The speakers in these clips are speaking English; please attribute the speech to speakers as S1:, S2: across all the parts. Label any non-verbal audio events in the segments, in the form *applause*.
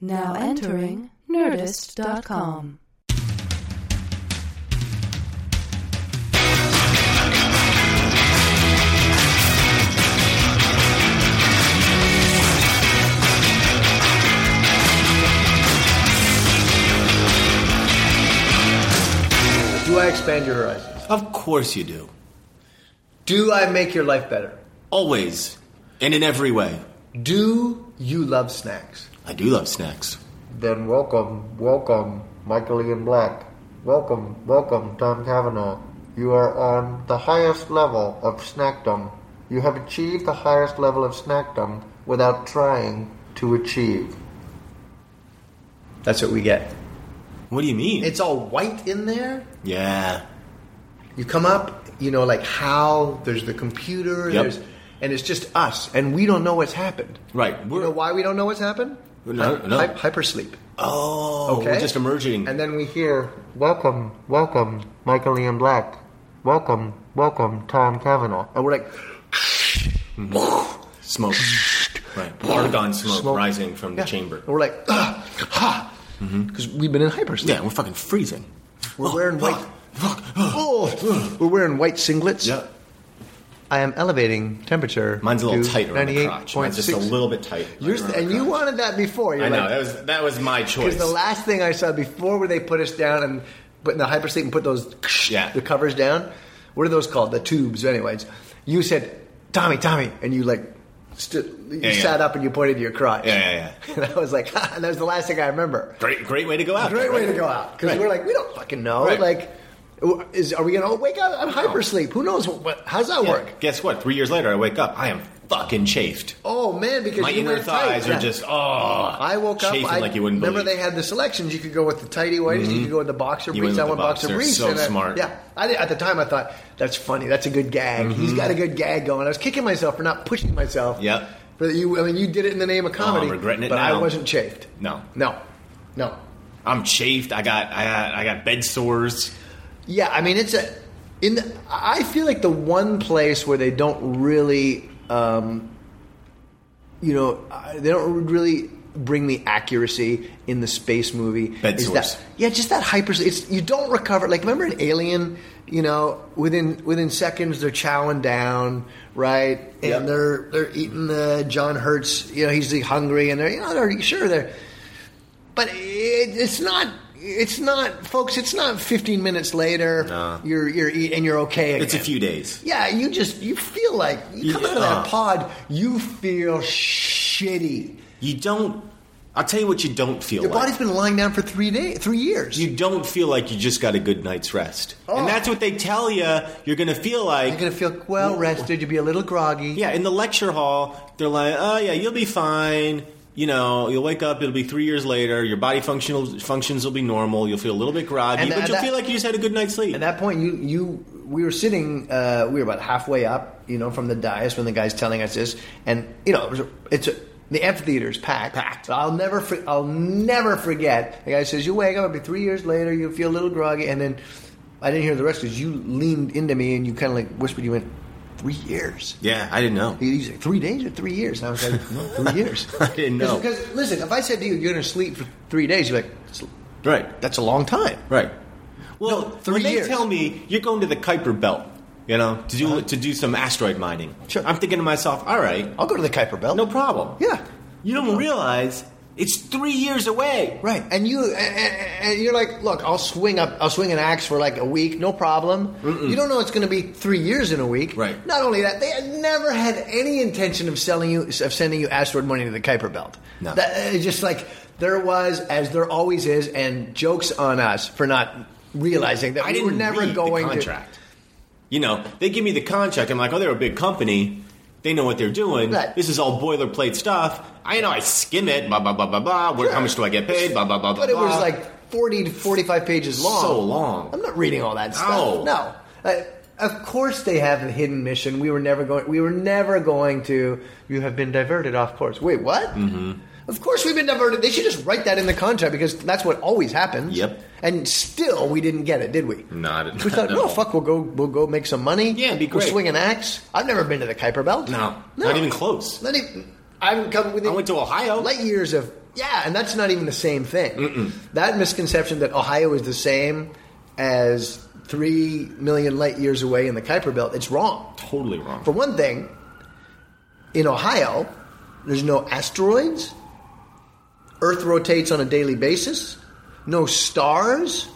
S1: Now entering Nerdist.com.
S2: Do I expand your horizons?
S3: Of course you do.
S2: Do I make your life better?
S3: Always. And in every way.
S2: Do you love snacks?
S3: I do love snacks.
S2: Then welcome, welcome, Michael Ian Black. Welcome, welcome, Tom Cavanaugh. You are on the highest level of snackdom. You have achieved the highest level of snackdom without trying to achieve. That's what we get.
S3: What do you mean?
S2: It's all white in there.
S3: yeah.
S2: You come up, you know, like how there's the computer,
S3: Yep.
S2: there's, and it's just us, and we don't know what's happened.
S3: Right.
S2: You
S3: We're
S2: know why we don't know what's happened?
S3: No,
S2: Hy-
S3: no.
S2: hy- hypersleep.
S3: Oh,
S2: Okay.
S3: we're just emerging.
S2: And then we hear, "Welcome, welcome, Michael Ian Black. Welcome, welcome, Tom Cavanaugh." And we're like,
S3: Mm-hmm. smoke. right. Argon smoke,
S2: Smoke.
S3: rising from
S2: yeah.
S3: the chamber. Mm-hmm.
S2: And we're like, ah, ha, because we've been in hypersleep.
S3: Yeah, we're fucking freezing. Oh,
S2: We're wearing white.
S3: Fuck.
S2: Oh, we're wearing white singlets.
S3: Yeah.
S2: I am elevating temperature.
S3: Mine's a little
S2: to
S3: tighter on the crotch. Mine's just a
S2: 98.6.
S3: little bit tight.
S2: Yours-
S3: Right around
S2: and
S3: the
S2: you
S3: crotch.
S2: wanted that before. You're
S3: I
S2: like,
S3: know that was that was my choice.
S2: Because the last thing I saw before where they put us down and put in the hypersleep and put those
S3: Yeah.
S2: the covers down, what are those called? The tubes, anyways. You said, Tommy, Tommy, and you like stood, you
S3: Yeah, yeah.
S2: sat up and you pointed to your crotch.
S3: Yeah, yeah, yeah.
S2: And I was like, and *laughs* that was the last thing I remember.
S3: great, great way to go out.
S2: Great way to go out because
S3: Right.
S2: we're like, we don't fucking know.
S3: Right.
S2: Like, w- is are we gonna wake up? I'm hypersleep. Who knows? What, what, how's that
S3: Yeah.
S2: work?
S3: Guess what? Three years later, I wake up. I am fucking chafed.
S2: Oh man, because
S3: My
S2: you
S3: inner
S2: wear
S3: thighs
S2: tights.
S3: are
S2: Yeah.
S3: just oh. I
S2: I woke up.
S3: chafing
S2: I
S3: like you wouldn't
S2: remember
S3: believe.
S2: they
S3: Mm-hmm.
S2: had the selections. You could go with the tidy whities. You could go with the boxer
S3: You
S2: briefs.
S3: went
S2: I
S3: with
S2: went
S3: the
S2: boxer
S3: boxer.
S2: briefs.
S3: So
S2: I-
S3: smart.
S2: yeah, I did, at the time I thought that's funny. That's a good gag.
S3: Mm-hmm.
S2: He's got a good gag going. I was kicking myself for not pushing myself.
S3: Yep. Oh,
S2: But you, I mean, you did it in the name of
S3: I'm
S2: comedy.
S3: regretting it
S2: but I
S3: now.
S2: wasn't chafed.
S3: No.
S2: No. No.
S3: I'm chafed. I got I got I got bed sores.
S2: Yeah, I mean, it's a. In the, I feel like the one place where they don't really, um, you know, uh, they don't really bring the accuracy in the space movie.
S3: Bed
S2: is
S3: sores.
S2: that yeah, just that hyper. It's you don't recover. Like remember in Alien, you know, within within seconds they're chowing down, right? And
S3: Yeah.
S2: they're they're eating the John Hurts. You know, he's like, hungry, and they're you know they're sure they're but it, it's not. It's not, folks. It's not 15 minutes later.
S3: No.
S2: You're you're eat and you're okay. Again.
S3: It's a few days.
S2: Yeah, you just you feel like you
S3: You-
S2: come out of that
S3: uh.
S2: pod. You feel shitty.
S3: You don't. I'll tell you what you don't feel
S2: Your
S3: like.
S2: body's been lying down for three days, three years.
S3: you don't feel like you just got a good night's rest,
S2: Oh.
S3: and that's what they tell you. You're gonna feel like.
S2: you're gonna feel well rested. You'll be a little groggy.
S3: yeah, in the lecture hall, they're like, "Oh yeah, you'll be fine." You know, you'll wake up. It'll be three years later. Your body functional functions will be normal. You'll feel a little bit groggy,
S2: And
S3: but
S2: that-
S3: you'll
S2: that-
S3: feel like you just had a good night's sleep.
S2: At that point, you you we were sitting, uh, we were about halfway up, you know, from the dais when the guy's telling us this, and you know, it was a, it's a, the amphitheater's packed. Packed. I'll never for, I'll never forget. The guy says, "You wake up, it'll be three years later. You feel a little groggy," and then I didn't hear the rest because you leaned into me and you kind of like whispered. You went, three years."
S3: yeah, I didn't know.
S2: He's like, three days or three years? And I was like, no, three
S3: *laughs*
S2: years.
S3: I didn't know.
S2: Because, listen, if I said to you, you're going to sleep for three days, you're like, "That's-
S3: Right.
S2: that's a long time.
S3: Right. Well,
S2: No, three
S3: when they
S2: years.
S3: tell me you're going to the Kuiper Belt, you know, to do to do some asteroid mining,
S2: Sure.
S3: I'm thinking to myself, all right,
S2: I'll go to the Kuiper Belt.
S3: no problem.
S2: Yeah.
S3: You don't realize it's three years away.
S2: Right, and you and, and you're like, look, I'll swing up, I'll swing an axe for like a week, no problem. You don't know it's going to be three years in a week.
S3: Right.
S2: Not only that, they had never had any intention of selling you of sending you asteroid money to the Kuiper Belt.
S3: No.
S2: That, it's just like there was, as there always is, and jokes on us for not realizing that
S3: I
S2: we
S3: didn't
S2: were never
S3: read
S2: going
S3: the
S2: to.
S3: contract. You know, they give me the contract. I'm like, oh, they're a big company. They know what they're doing.
S2: Right.
S3: This is all boilerplate stuff. I know. I skim it. Blah blah blah blah blah. Where, How much do I get paid? Blah blah blah blah.
S2: But it was
S3: blah.
S2: like 40 to 45 pages long.
S3: So long.
S2: I'm not reading all that
S3: No.
S2: stuff. No. Uh, of course they have a hidden mission. We were never going we were never going to you have been diverted off course. Wait, what? Mm-hmm. Of course we've been diverted. They should just write that in the contract because that's what always happens.
S3: Yep.
S2: And still we didn't get it, did we?
S3: Not-
S2: We thought,
S3: *laughs* not at
S2: no,
S3: all.
S2: fuck, we'll go we'll go make some money.
S3: Yeah, it'd be
S2: We'll
S3: great.
S2: swing an axe. I've never been to the Kuiper Belt.
S3: no, not even close.
S2: Not even, I haven't come within.
S3: I went to Ohio.
S2: Light years of yeah, and that's not even the same thing. That misconception that Ohio is the same as three million light years away in the Kuiper Belt. It's wrong.
S3: Totally wrong.
S2: For one thing, in Ohio, there's no asteroids. Earth rotates on a daily basis. No stars.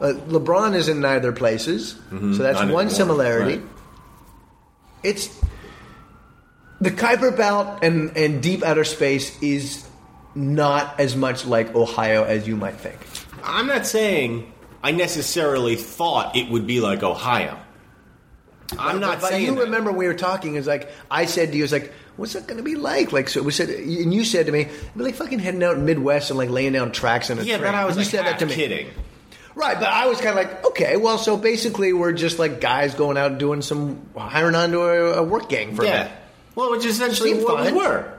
S2: Uh, LeBron is in neither places, so that's
S3: Mm-hmm. Not
S2: one
S3: anymore.
S2: similarity.
S3: Right.
S2: It's the Kuiper Belt and, and deep outer space is not as much like Ohio as you might think.
S3: I'm not saying I necessarily thought it would be like Ohio. I'm not
S2: but
S3: saying
S2: you
S3: that.
S2: remember we were talking. Is like I said to you, it's like, what's that going to be like? Like so, we said, and you said to me, it'd be like fucking heading out in Midwest and like laying down tracks in a
S3: Yeah,
S2: train.
S3: but I was
S2: you
S3: like,
S2: said that
S3: half
S2: to me,
S3: kidding.
S2: right? But I was kind of like, okay, well, so basically we're just like guys going out and doing some hiring onto a, a work gang for a
S3: Yeah.
S2: minute.
S3: Well, which is essentially
S2: Seemed
S3: what
S2: fine.
S3: we were.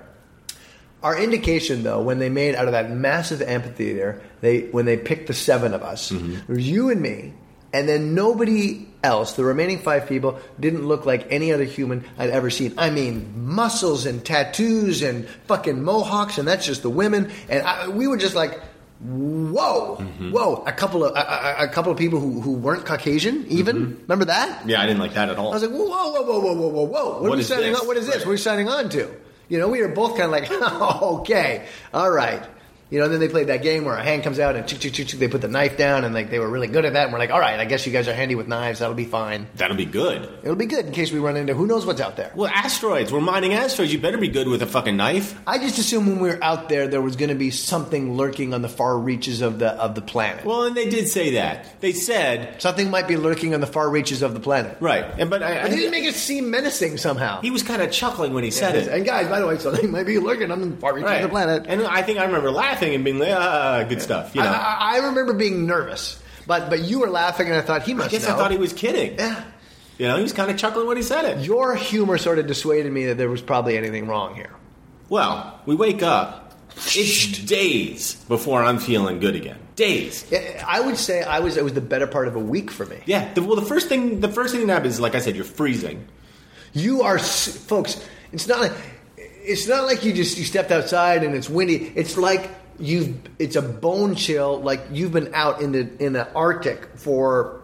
S2: Our indication, though, when they made out of that massive amphitheater, they when they picked the seven of us,
S3: Mm-hmm.
S2: there was you and me, and then nobody else. The remaining five people didn't look like any other human I'd ever seen. I mean, muscles and tattoos and fucking mohawks, and that's just the women. And I, we were just like, whoa,
S3: Mm-hmm.
S2: whoa! A couple of a, a, a couple of people who, who weren't Caucasian, even
S3: Mm-hmm.
S2: remember that?
S3: Yeah, I didn't like that at all.
S2: I was like, whoa, whoa, whoa, whoa, whoa, whoa, whoa, whoa. What, are
S3: What
S2: we
S3: is
S2: signing
S3: this?
S2: on? What is this?
S3: Right.
S2: What are we signing on to? You know, we were both kind of like, *laughs* okay, all right. You know, and then they played that game where a hand comes out and chick, chick, chick, chick, they put the knife down and like they were really good at that. And we're like, all right, I guess you guys are handy with knives. That'll be fine.
S3: That'll be good.
S2: It'll be good in case we run into who knows what's out there.
S3: Well, asteroids. We're mining asteroids. You better be good with a fucking knife.
S2: I just assumed when we were out there, there was going to be something lurking on the far reaches of the of the planet.
S3: Well, and they did say that. They said
S2: something might be lurking on the far reaches of the planet.
S3: right, and but I, I
S2: But they didn't make it seem menacing somehow.
S3: he was kind of chuckling when he said it.
S2: And guys, by the way, something might be lurking on the far reaches
S3: Right.
S2: of the planet.
S3: And I think I remember laughing and being like, ah, good stuff. You know, I,
S2: I, I, I remember being nervous, but but you were laughing, and I thought he must.
S3: guess
S2: know.
S3: I thought he was kidding.
S2: Yeah.
S3: You know, he was kind of chuckling when he said it.
S2: Your humor sort of dissuaded me that there was probably anything wrong here.
S3: Well, we wake up. It's days before I'm feeling good again. Days.
S2: I- I would say I was it was the better part of a week for me.
S3: Yeah. The, well, the first thing, the first thing that happens, is, like I said, you're freezing.
S2: You are, s- folks. It's not like it's not like you just you stepped outside and it's windy. It's like you've it's a bone chill. Like you've been out in the in the Arctic for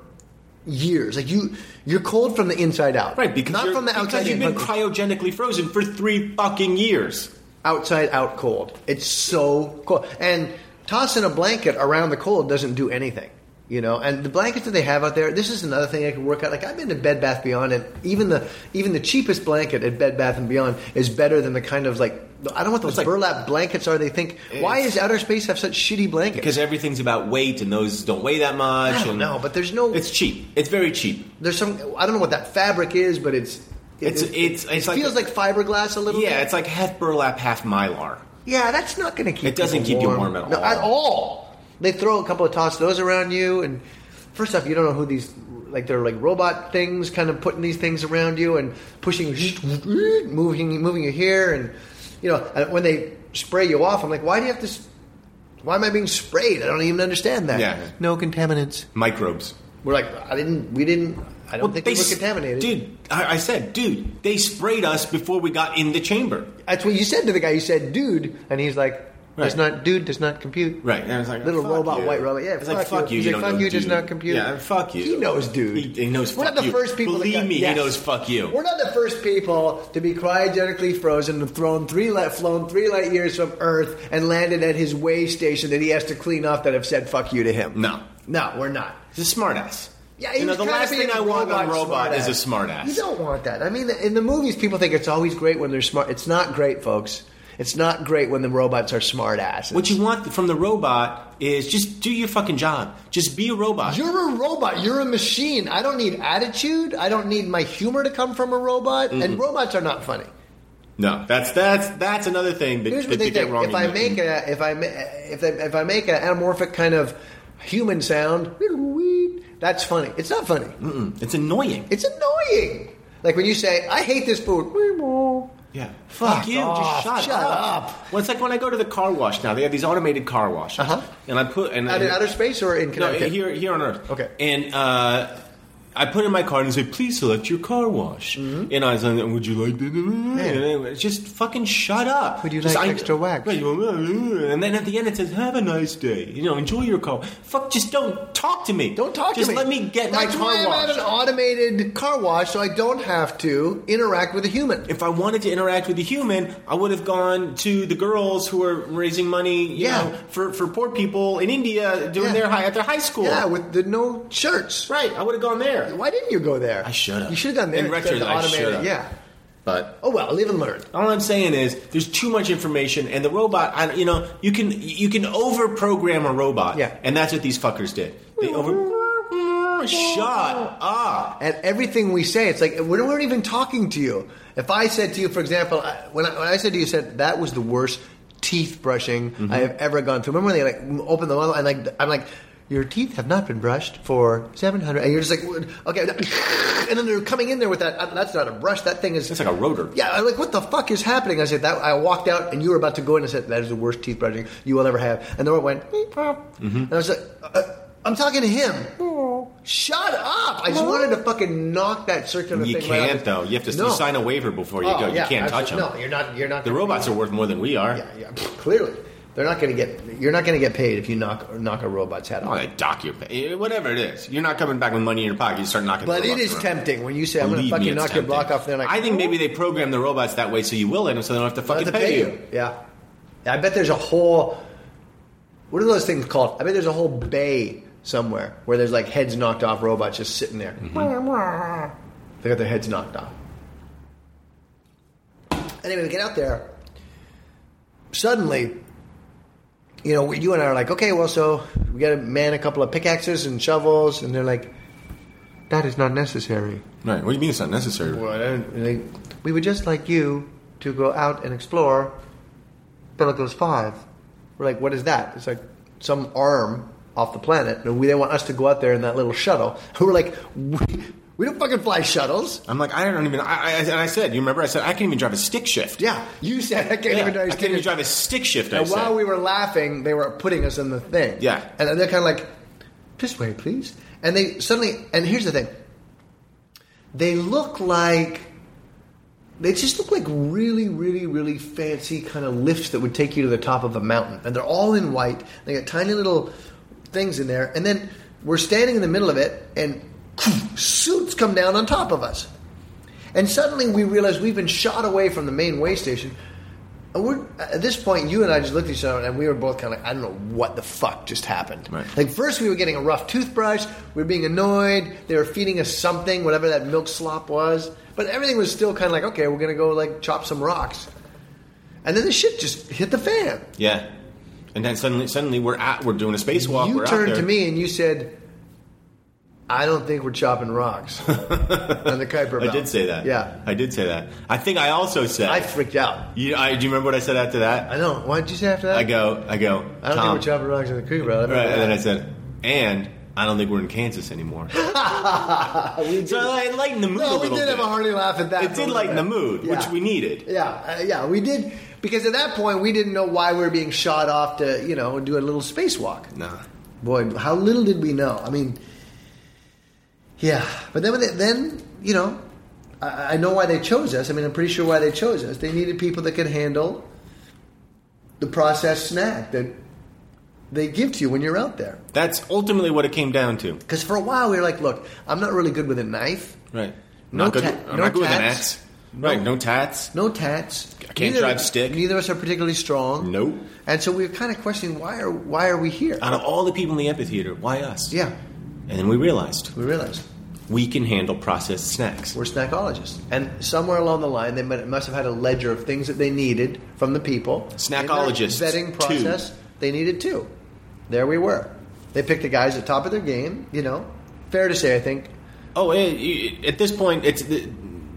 S2: years. Like you you're cold from the inside out.
S3: Right. Because
S2: not
S3: you're-
S2: from the outside.
S3: Because you've
S2: in,
S3: been
S2: but
S3: cryogenically frozen for three fucking years.
S2: outside out cold. It's so cold. And tossing a blanket around the cold doesn't do anything. You know, and the blankets that they have out there, this is another thing I can work out. Like I've been to Bed Bath Beyond and even the even the cheapest blanket at Bed Bath and Beyond is better than the kind of like I don't know what those
S3: like-
S2: burlap blankets are they think why
S3: It's-
S2: is outer space have such shitty blankets?
S3: Because everything's about weight, and those don't weigh that much.
S2: I don't
S3: and-
S2: know, but there's no
S3: It's cheap. It's very cheap.
S2: there's some I don't know what that fabric is, but it's
S3: It's- it's-
S2: it
S3: it's like-
S2: feels like fiberglass a little
S3: Yeah,
S2: bit.
S3: it's like half burlap, half mylar.
S2: Yeah, that's not going to keep.
S3: It doesn't
S2: people
S3: keep you warm at
S2: No,
S3: all.
S2: at all. They throw a couple of toss those around you, and first off, you don't know who these like they're like robot things, kind of putting these things around you and pushing, moving, moving you here, and you know and when they spray you off, I'm like, why do you have to? s- Why am I being sprayed? I don't even understand that.
S3: Yeah.
S2: No contaminants.
S3: Microbes.
S2: We're like, I didn't. We didn't. I don't
S3: Well,
S2: think we were
S3: s-
S2: contaminated.
S3: Dude, I, I said, dude, they sprayed us before we got in the chamber.
S2: That's what you said to the guy. You said, dude. And he's like, Does
S3: Right.
S2: not dude does not compute.
S3: Right. And I was like,
S2: Little
S3: fuck
S2: robot,
S3: you.
S2: white robot. Yeah,
S3: I was like, fuck you.
S2: He's
S3: you
S2: like,
S3: don't
S2: fuck
S3: know
S2: you, just
S3: dude.
S2: not computer.
S3: Yeah, fuck you.
S2: He knows, dude.
S3: He, he knows.
S2: We're
S3: fuck
S2: not the
S3: you.
S2: first people. that
S3: Believe
S2: got-
S3: me,
S2: yes.
S3: he knows. Fuck you.
S2: We're not the first people to be cryogenically frozen and thrown three light, flown three light years from Earth and landed at his way station that he has to clean off that have said fuck you to him.
S3: No.
S2: no, we're not.
S3: He's a smartass.
S2: Yeah, he
S3: you know,
S2: was
S3: the
S2: kinda
S3: last
S2: being
S3: thing I
S2: a
S3: want on
S2: robot
S3: robot is a
S2: smartass.
S3: smartass.
S2: You don't want that. I mean, in the movies, people think it's always great when they're smart. It's not great, folks. It's not great when the robots are smart asses.
S3: What you want from the robot is just do your fucking job. Just be a robot.
S2: You're a robot. You're a machine. I don't need attitude. I don't need my humor to come from a robot.
S3: Mm-hmm.
S2: And robots are not funny.
S3: no, that's that's that's another thing that,
S2: Here's
S3: that
S2: what they
S3: you get
S2: think.
S3: wrong.
S2: If
S3: in
S2: I
S3: the-
S2: make a, if I ma- if I, if I make an anamorphic kind of human sound, that's funny. It's not funny.
S3: it's annoying.
S2: It's annoying. Like when you say, "I hate this food."
S3: Yeah.
S2: Fuck
S3: Fuck, you.
S2: off.
S3: Just shut,
S2: Shut
S3: up.
S2: up.
S3: Well, it's like when I go to the car wash now. They have these automated car washes,
S2: Uh-huh.
S3: and I put and
S2: Out
S3: I,
S2: in outer space or in
S3: No,
S2: Connecticut?
S3: here, here on Earth.
S2: Okay.
S3: And uh, I put in my card and say, please select your car wash.
S2: Mm-hmm.
S3: And I was like, would you like that? And anyway, it's just fucking shut up.
S2: Would you
S3: Just,
S2: like extra wax?
S3: Right, you go, And then at the end it says, have a nice day. You know, enjoy your car. Fuck, just don't talk to me.
S2: Don't talk
S3: just
S2: to me.
S3: Just let me get
S2: That's
S3: my car
S2: why
S3: washed.
S2: I'm at an automated car wash, so I don't have to interact with a human.
S3: if I wanted to interact with a human, I would have gone to the girls who are raising money, you
S2: Yeah.
S3: know, for, for poor people in India doing
S2: Yeah.
S3: their high at their high school.
S2: yeah, with the no shirts.
S3: right. I would have gone there.
S2: Why didn't you go there?
S3: I should've.
S2: You should have done that.
S3: In
S2: instead of
S3: retrospect, I
S2: automated.
S3: should've.
S2: Yeah.
S3: But
S2: Oh well, live and learn.
S3: all I'm saying is there's too much information, and the robot, I, you know, you can you can overprogram a robot.
S2: Yeah.
S3: and that's what these fuckers did. They over. Shut up.
S2: And everything we say, it's like we weren't even talking to you. If I said to you, for example, I- when I, when I said to you, said that was the worst teeth brushing I have ever gone through. Remember when they like open the mouth and like I'm like. Your teeth have not been brushed for 700, and you're just like, okay, *laughs* and then they're coming in there with that. uh, That's not a brush. That thing is.
S3: It's like a rotor.
S2: Yeah, I'm like, what the fuck is happening? I said that. I walked out, and you were about to go in. and said, that is the worst teeth brushing you will ever have. And the robot went, "Beep, pop."
S3: Mm-hmm.
S2: and I was like, uh, I'm talking to him. Shut up! I just wanted to fucking knock that circular
S3: You
S2: thing. right out
S3: can't
S2: of-
S3: though. You have to
S2: No.
S3: you sign a waiver before you
S2: Oh,
S3: go. You
S2: yeah,
S3: can't touch them.
S2: absolutely. No, you're not. You're not.
S3: The
S2: gonna-
S3: robots are worth more than we are.
S2: Yeah, yeah. pfft, Clearly, they're not going to get. You're not going to get paid if you knock knock a robot's head
S3: Oh,
S2: off.
S3: they dock your pay. Whatever it is, you're not coming back with money in your pocket. You start knocking.
S2: But
S3: the
S2: it
S3: robots
S2: is
S3: around.
S2: tempting when you say, "I'm going to
S3: Believe me,
S2: fucking
S3: it's
S2: knock your
S3: tempting.
S2: block off." They're like,
S3: I think maybe they program the robots that way so you will let them, so they don't have to
S2: Not to
S3: fucking pay, you.
S2: Yeah. Yeah, I bet there's a whole. What are those things called? I bet there's a whole bay somewhere where there's like heads knocked off robots just sitting there.
S3: Mm-hmm.
S2: They got their heads knocked off. Anyway, we get out there. Suddenly, you know, you and I are like, okay, well, so we got to man a couple of pickaxes and shovels, and they're like, that is not necessary.
S3: Right? What do you mean it's not necessary?
S2: Well, I don't- like, we would just like you to go out and explore Bellicose 5. We're like, what is that? It's like some arm off the planet, and we, they want us to go out there in that little shuttle. *laughs* We're like, we, we don't fucking fly shuttles.
S3: I'm like, I don't even. I, I, and I said, you remember? I said I can't even drive a stick shift.
S2: Yeah, you said I can't
S3: Yeah,
S2: even
S3: I
S2: drive.
S3: can't even drive a stick shift. I
S2: And
S3: said.
S2: while we were laughing, they were putting us in the thing.
S3: Yeah.
S2: and they're kind of like, "This way, please." And they suddenly, and here's the thing: they look like they just look like really, really, really fancy kind of lifts that would take you to the top of a mountain, and they're all in white. They got tiny little things in there, and then we're standing in the middle of it, and *clears throat* suits come down on top of us. And suddenly we realize we've been shot away from the main way station. And we're, at this point, you and I just looked at each other and we were both kind of like, I don't know what the fuck just happened.
S3: Right.
S2: Like, first we were getting a rough toothbrush, we were being annoyed, they were feeding us something, whatever that milk slop was. But everything was still kind of like, okay, we're going to go like chop some rocks. And then the shit just hit the fan.
S3: yeah. And then suddenly, suddenly we're at. We're doing a spacewalk.
S2: you
S3: we're out
S2: turned
S3: there.
S2: to
S3: *laughs*
S2: me and you said, I don't think we're chopping
S3: *laughs*
S2: rocks on the Kuiper
S3: I
S2: Belt.
S3: did say that.
S2: Yeah.
S3: I did say that. I think I also said.
S2: I freaked out.
S3: you, I, do you remember what I said after that?
S2: I know. What did you say after that?
S3: I go. I go.
S2: I don't
S3: Tom,
S2: think we're chopping rocks on the creek, bro.
S3: Right, and then I said, and I don't think we're in
S2: *laughs*
S3: Kansas anymore. so I lightened the mood a
S2: no, we
S3: little
S2: did
S3: bit.
S2: have a hearty laugh at that.
S3: it
S2: for a
S3: did
S2: little
S3: lighten
S2: bit.
S3: the mood,
S2: Yeah.
S3: which we needed.
S2: Yeah, uh, yeah, we did because at that point we didn't know why we were being shot off to you know do a little spacewalk.
S3: Nah.
S2: Boy, how little did we know? I mean, yeah, but then when they, then you know, I, I know why they chose us. I mean, I'm pretty sure why they chose us. They needed people that could handle the processed snack that they give to you when you're out there.
S3: That's ultimately what it came down to.
S2: Because for a while we were like, look, I'm not really good with a knife.
S3: Right.
S2: No
S3: not good.
S2: ta-
S3: I'm
S2: no
S3: not good with an
S2: tats.
S3: axe. Right. No tats.
S2: No tats. I
S3: can't drive stick.
S2: Neither of us are particularly strong.
S3: Nope.
S2: And so we were kind of questioning why are why are we here?
S3: Out of all the people in the amphitheater, why us?
S2: yeah,
S3: And then we realized
S2: we realized
S3: we can handle processed snacks.
S2: we're snackologists, and somewhere along the line they might- must have had a ledger of things that they needed from the people.
S3: Snackologists,
S2: In their vetting
S3: two.
S2: process. They needed two. There we were. They picked the guys at the top of their game. You know, fair to say, I think.
S3: Oh, eh, you- at this point, it's the,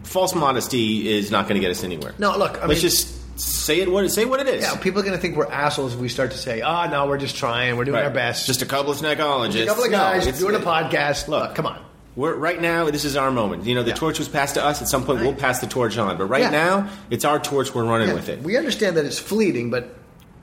S3: false modesty is not going to get us anywhere.
S2: No, look, I
S3: let's
S2: mean-
S3: just say it. What say what it is.
S2: Yeah, people are going to think we're assholes if we start to say, "Ah, no, we're just trying, we're doing
S3: Right.
S2: our best."
S3: Just a couple of snackologists.
S2: a couple of
S3: No,
S2: guys
S3: it's-
S2: doing a podcast. Look, come on.
S3: We're, right now, this is our moment. You know, the
S2: Yeah.
S3: torch was passed to us. At some point, we'll pass the torch on. But right
S2: Yeah.
S3: now, it's our torch. We're running
S2: Yeah,
S3: with it.
S2: We understand that it's fleeting, but